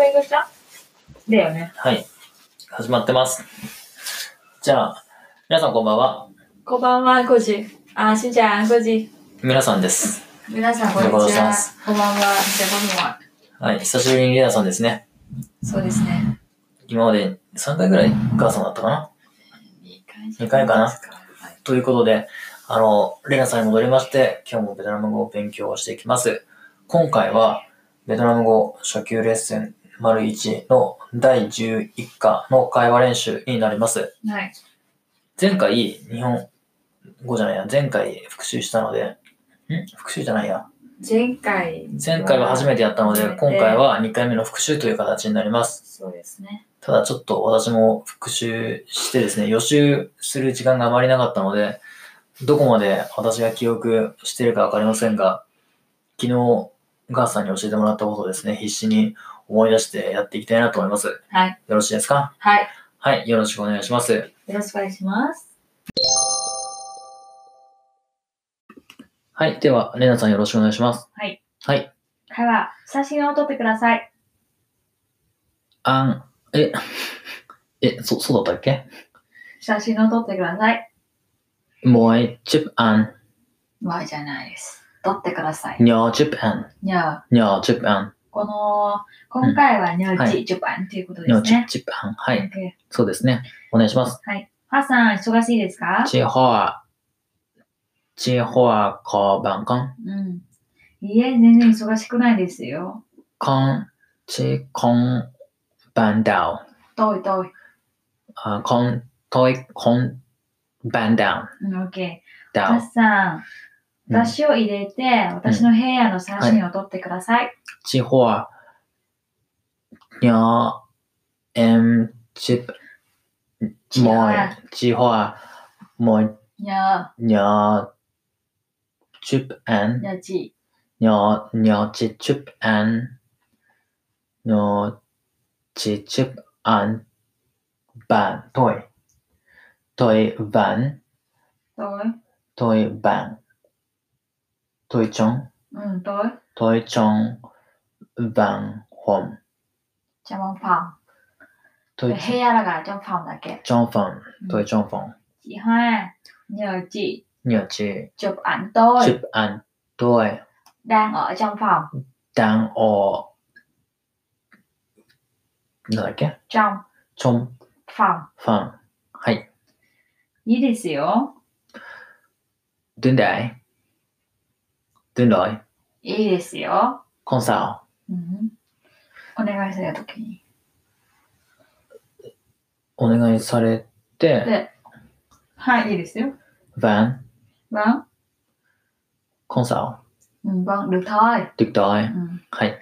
れぐちゃだよね。はい。始まってます。じゃあ、皆さんこんばんは。こんばんは、5時。あ、しんちゃん、5時。皆さんです。皆さん、こんおはようにごちざいはます。こんばんは。じゃあ、こんばんは。はい。久しぶりにリナさんですね。そうですね。今まで3回ぐらい母さんだったかな2回二回かなということで、あの、レナさんに戻りまして、今日もベトナム語を勉強していきます。今回は、ベトナム語初級レッスン01の第11課の会話練習になります。はい。前回、日本語じゃないや、前回復習したので、ん復習じゃないや。前回。前回は初めてやったので、はい今回は2回目の復習という形になります。そうですね。ただちょっと私も復習してですね、予習する時間があまりなかったので、どこまで私が記憶してるかわかりませんが、昨日、ガーさんに教えてもらったことをですね、必死に思い出してやっていきたいなと思います。よはい。ろしいですかはい。はい、よろしくお願いします。よろしくお願いします。はい、では、レナさんよろしくお願いします。はい。はい、会話、写真を撮ってください。あん、え、え、そ、そうだったっけ写真を撮ってください。もうい、チップアン、わじゃないです。撮ってください。にょーチップアン、にゃあ、にょーチップアン、この、今回はにゃうはちジョパンということでにょすーチッねプ。チップアン。はい、 OK そうですね。お願いします。はい。ハッサン、忙しいですか地方、地方こばんこん、うん。いいえ、全然忙しくないですよ。こん、ちこんばんだお、遠い遠い。あ、こん、とい、こんばんだうん、OK。お、だハッサン、お、だしを入れて、私の部屋の写真を撮ってください。地方、にょ、えん、ち、もい、地方、もい、にゃにょ、ちゅえー、んに、ゃち。にょ、にょ、ち、ちゅえん、にょ、ち、ちゅあん、ばん、とい、とい、ばん、遠い。とい、ばん、といちょん、うん、遠い。といちょん、ばん、ほん、ジャモンパとン。い部屋だからジャモンパンだけ。ちょんふん、といちょんふん、喜欢にゃうちにょ、ち、ジョパンち遠い。ゅあん、とい、 đang ở trong phòng だんお、なんだっけ trong ちょん phòng ふん、はい、いいですよどんだいどんだいいいですよ、コンサうん、お願いするときにーお願いされて、ではいいいですよ vâng, vâng con sao, ừ, vâng được thôi tuyệt đối, うん hay,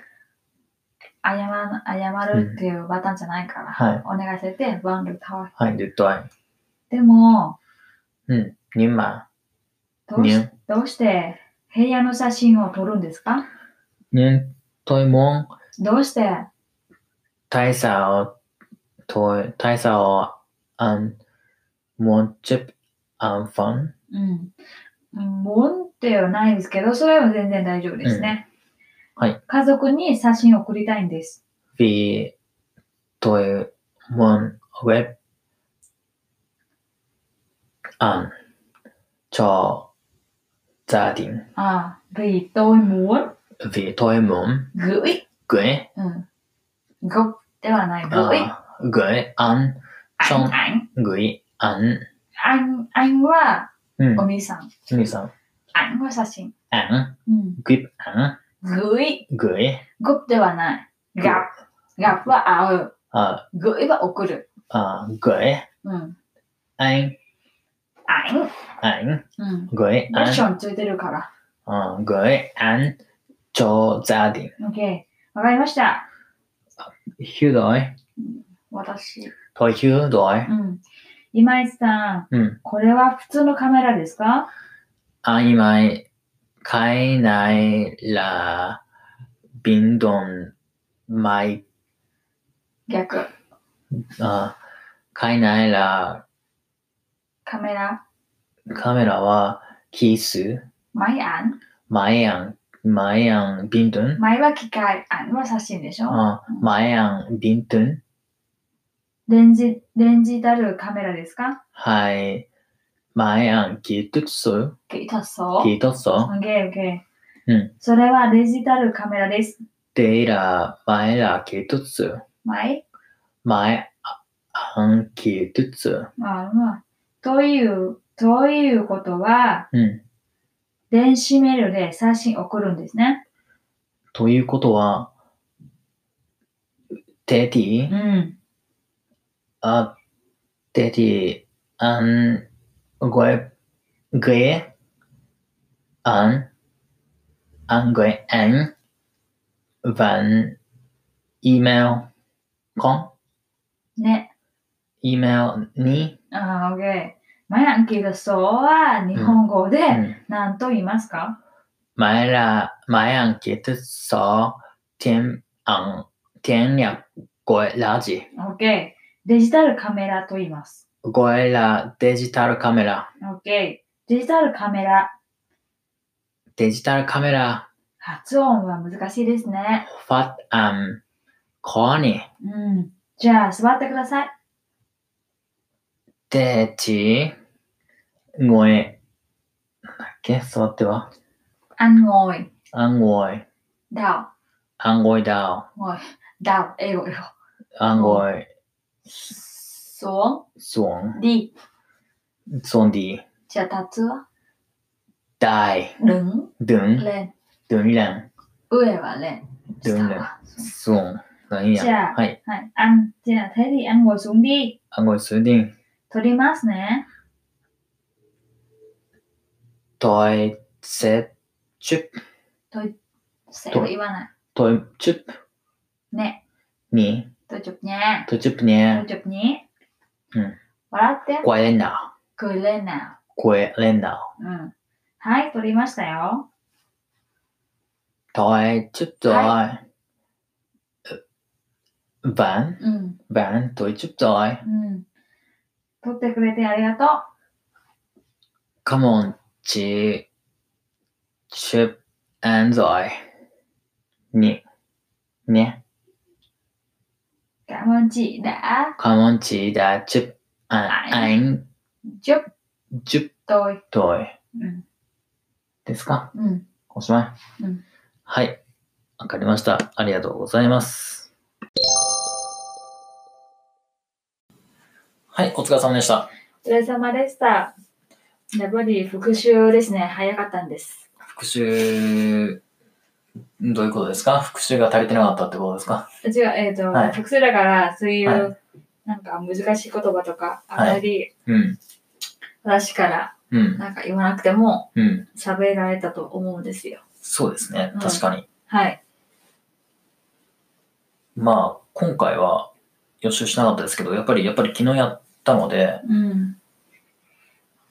謝ら謝るっていうパターンじゃないから、はいお願いされて vâng được thôi hay tuyệt đối. でも Ừ, nhưng mà, どうし nhưng, どうして部屋の写真を撮るんですか nhưng tôi muốn どうして tại sao tôi, tại sao anh um, muốn chụp um, ảnh phone? うんうんもんではないですけど、それは全然大丈夫ですね。うんはい。家族に写真を送りたいんです。 Vì tôi muốn web ảnh um, cho gia đình. ああ、vì tôi muốn Vì tôi muốn gửi gửi うん。ごではない、ごい。 à, gửi ảnh あ、そうんあん。 gửi ảnh あん、あんは ừ, お兄さん。 như sao あんは写真。 ảnh うん。 clip ảnh ぐい。 gửi ごではない。が。がは会う。 à, ぐいは送る。 à, gửi うん。 anh あん。 ảnh うん。 gửi アク ảnh ションついてるから。 à, gửi ảnh cho gia đình OK。わかりました。 hiểu rồi 私。 thôi hiểu rồi うん。今井さん、うんこれは普通のカメラですか anh mày cái này là bình đồng mày 逆。 à, cái này là カメラ、ờ, camera はキスマイアン、前やん前やん、ビントゥン前は機械、あのは写真でしょ、あ前やん、ビントゥンデンジ、デンジタルカメラですかはい。前やん、ギトゥッソギタソギトッソオッケーオッケー。うん。それはデジタルカメラです。デイラ、前ら、ギトゥッソ前前、あん、ギトゥッソあまあ。という、ということは、うん。電子メールで写真送るんですね。ということは、デディ、ん。あ、デディ、あん、ごえ、ぐえ、あん、あんごえ、あん、ばん、e メール、こん、ね。 e メールに、あーオッケー。マヤンキルソは日本語でうん何と言いますか、前ら、前あんけてさ、天、あん、天や、ごえ、ラジ、オッケー。デジタルカメラと言います。ごえら、デジタルカメラ、オッケー。デジタルカメラ。デジタルカメラ、発音は難しいですね。ファッ、あん、こに、うん。じゃあ、座ってください。でち、ごえ、なんだっけ座っては。あんごい。あんごい、だあんごいだお。おい。だお。英語、英語。お。あんごい、そそん、う。り。そんで、じゃあ、たつはだい、るん。どん、れん。どんらん、上はれん。どん下らん、は。そん、なんじや。ゃあ、はい、はい。あん。じゃあ、テディ、あんごい、すんり。あんごいすでん、取りますね。とい、せ、ちゅっ、とい、せと言わない。とい、ちゅっ、ね。に、とちょぷにゃ。とちゅっぷとね、ちょぷに。うん。笑って。ごえんな、くれな。ごえれんな。うん。はい、取りましたよ。とい、ちゅっとい、ばん、うん。ばん、といちゅっとい。うん。撮ってくれてありがとカモンチチップアンゾイにねう。感恩记得カモンチダチップアンアン10ジュッ对。トイうん。ですかうん。おしまい、うんはいわかりましたありがとうございますはいお疲れ様でしたお疲れ様でした。やっぱり復習ですね。早かったんです。復習どういうことですか復習が足りてなかったってことですか違う、えっ、と、はい複数だから、そういう、はなんか難しい言葉とか、あはいまりうん私からうんなんか言わなくてもうん喋られたと思うんですよ。そうですねうん確かに、はい。まあ、今回は予習しなかったですけど、やっぱり、やっぱり昨日やったので、うん。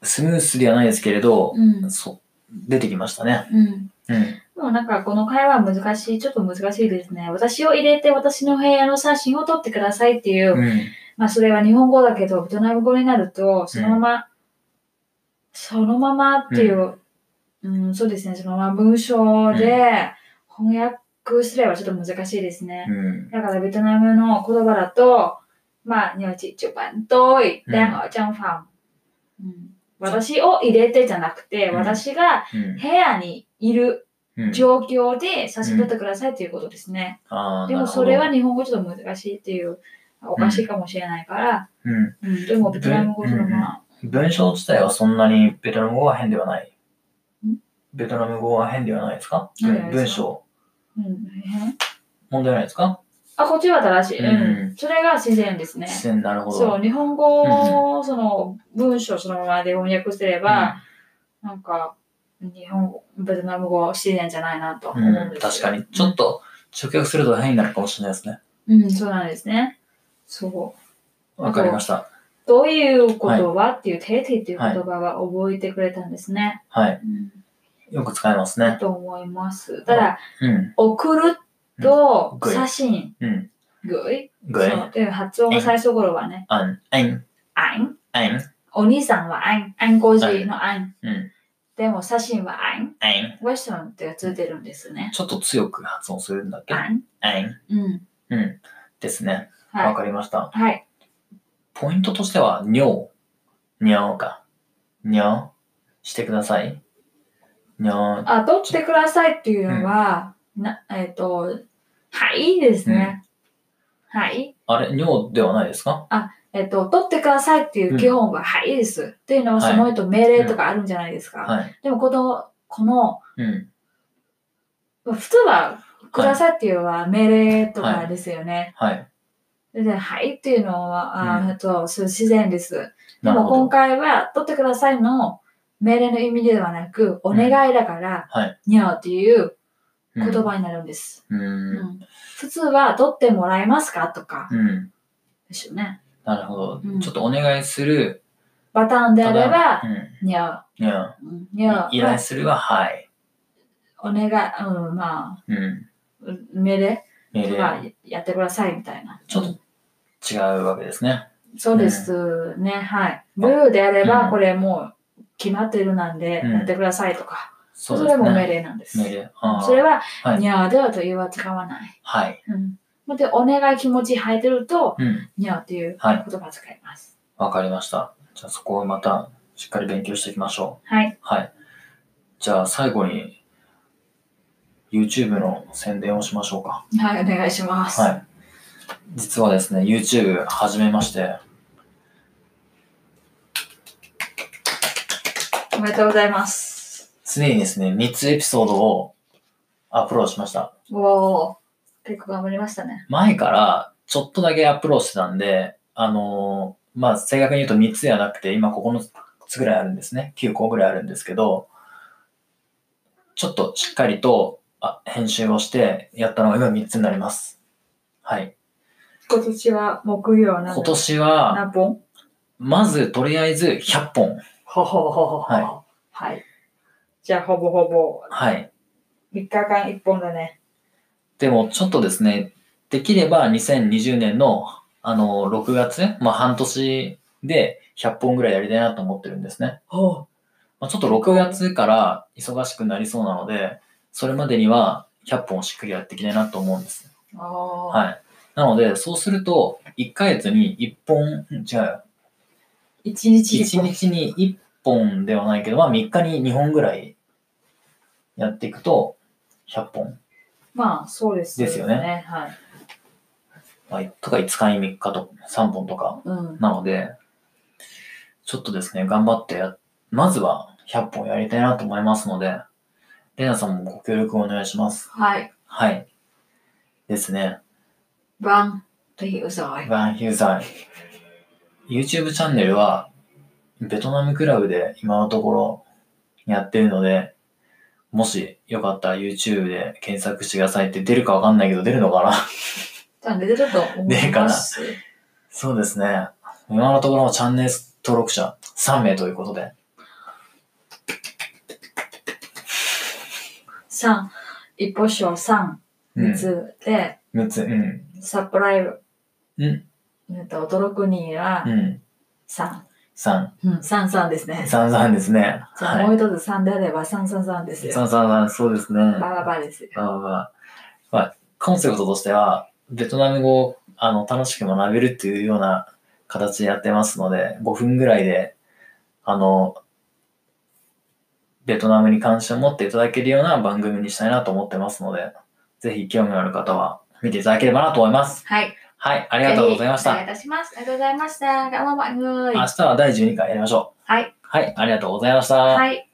スムースではないですけれど、うん。そう、出てきましたね。うん。うん。でもなんかこの会話は難しい、ちょっと難しいですね。私を入れて私の部屋の写真を撮ってくださいっていううん。まあそれは日本語だけど、ベトナム語になると、そのまま、そのままっていう、うん、そうですね、そのまま文章で翻訳すればちょっと難しいですね。うん。だからベトナムの言葉だと、まあ、にょちちょばんとい、でんおちゃんファン。うん私を入れてじゃなくて、うん私がうん部屋にいるうん。状況で写真撮ってくださいということですね。あーでなもるほそどれは日本語ちょっと難しいっていう、おかしいかもしれないから、うん。うん、でもベトナム語そのまま。文章自体はそんなにベトナム語は変ではないん。ベトナム語は変ではないですか変ではなうんい文です章。うん、うん問題ないですかあ、こっちは正しい。うん。うんそれが自然ですね。自然なるほど。そう、ん。日本語を、その文章そのままで翻訳すれば、なんか、日本語、ベトナム語自然じゃないなとう思うんん。です確よかに。ちょっと直訳すると変になるかもしれないですね。うん、そうなんですね。そう。わかりました。どういうことはっていう、テイテイっていう言葉は覚えてくれたんですね。はい。うんよく使いますだね。と思います。ただ、うん。送るとうん写真、うん。グイぐい。そうで発音の最初頃はね、あん、あん、あんあん。お兄さんはあん、あんこじのあん。うん。でも写真はアイン、アイン。ウェストンってついてるんですね。ちょっと強く発音するんだっけアイン。アイン。うん。うん。ですね。わ、はかりました。い。はい。ポイントとしては、にょう。にょうか。にょう。してください。にょう。あ、取ってくださいっていうのは、なえっ、と、はいですね。はい。あれ、にょうではないですかえっ、と、取ってくださいっていう基本は、はいです。っていうのは、はいその人命令とかあるんじゃないですか。はい。でも、この、この、うん。普通は、くださいっていうのは命令とかですよね。はい。で、はいっていうのは、あうんえっとそう自然です。でなるもほ今ど。回は、取ってくださいの命令の意味ではなく、お願いだから、はいにゃおっていううん言。葉になるんです。ううんん。普通は、取ってもらえますかとかうん。ですよね。なるほどうん。ちょっとお願いする。パターンであれば、うん。にゃにょう。お、うんにゃ依頼するは、はい。お、お願い、うん、まあ、ううん。ん命令命と令かやってくださいみたいな。ちょっと違うわけですね。そうですね、はい。ルールであれうば、んこれもう決まってるなんで、うんやってくださいとか。そそうれですも命ね。令なんです。命令。あーそれは、はいにゃーではというは使わない。はい。うん、で、お願い気持ち入ってると、うん。にゃーっていうはい。言葉使います。わかりました。じゃあそこをまたしっかり勉強していきましょはい。う。はい。じゃあ最後に YouTube の宣伝をしましょうか。はい、お願いします。はい。実はですね、YouTube 始めまして、おめでとうございます。常にですね、3つエピソードをアップロードしました。おー、結構頑張りましたね。前からちょっとだけアップロードしてたんで、あのーまあ、正確に言うと3つではなくて、今9つぐらいあるんですね。9個ぐらいあるんですけど、ちょっとしっかりとあ編集をしてやったのが今3つになります。はい。今年は木曜な今年は、何本まずとりあえず100本。ほほほほほ。ははい。じゃあ、ほぼほぼ、はい。 3日間1本だね。でもちょっとですね、できれば2020年のあの6月、まあ半年で100本ぐらいやりたいなと思ってるんですね。ほまあ、ちょっと6月から忙しくなりそうなので、それまでには100本しっかりやっていきたいなと思うんです。う。おー。はい。なので、そうすると、1ヶ月に1本、うん違うよ。一日一1本。日に1本ではないけど、まあ3日に2本ぐらいやっていくと、100本。まあ、そうですですよね。はい。まあ、とか5日に3日と3本とか。うん。なので、ちょっとですね、頑張ってや、まずは100本やりたいなと思いますので、レナさんもご協力をお願いします。はい。はい。ですね。バン、というさい。バンヒューザイ。YouTube チャンネルは、ベトナムクラブで今のところやってるので、もしよかったら YouTube で検索してくださいって出るかわかんないけど出るのかなじゃあ、出てると思います。そうですね。今のところチャンネル登録者3名ということで。三、一歩賞三、う三。んつで、 3つ。うん。サプライズ、うん。えっと、驚くにはうん。三、 3。うん、三三ですね。 3、3ですね。じゃはあ、もうい。一つ三であれば三三三です3、よ。 3、3、そうですね。バラバラですよ。まあまあまあ、まあ、コンセプトとしては、ベトナム語をあの楽しく学べるっていうような形でやってますので、5分ぐらいで、あの、ベトナムに関心を持っていただけるような番組にしたいなと思ってますので、ぜひ興味のある方は見ていただければなと思います。はい。はい、あありがとうございましお願いた。いたします。ありがとうございました。頑張ろう、mọi người. 明日は第12回やりましょう。はい。はい、ありがとうございました。はい。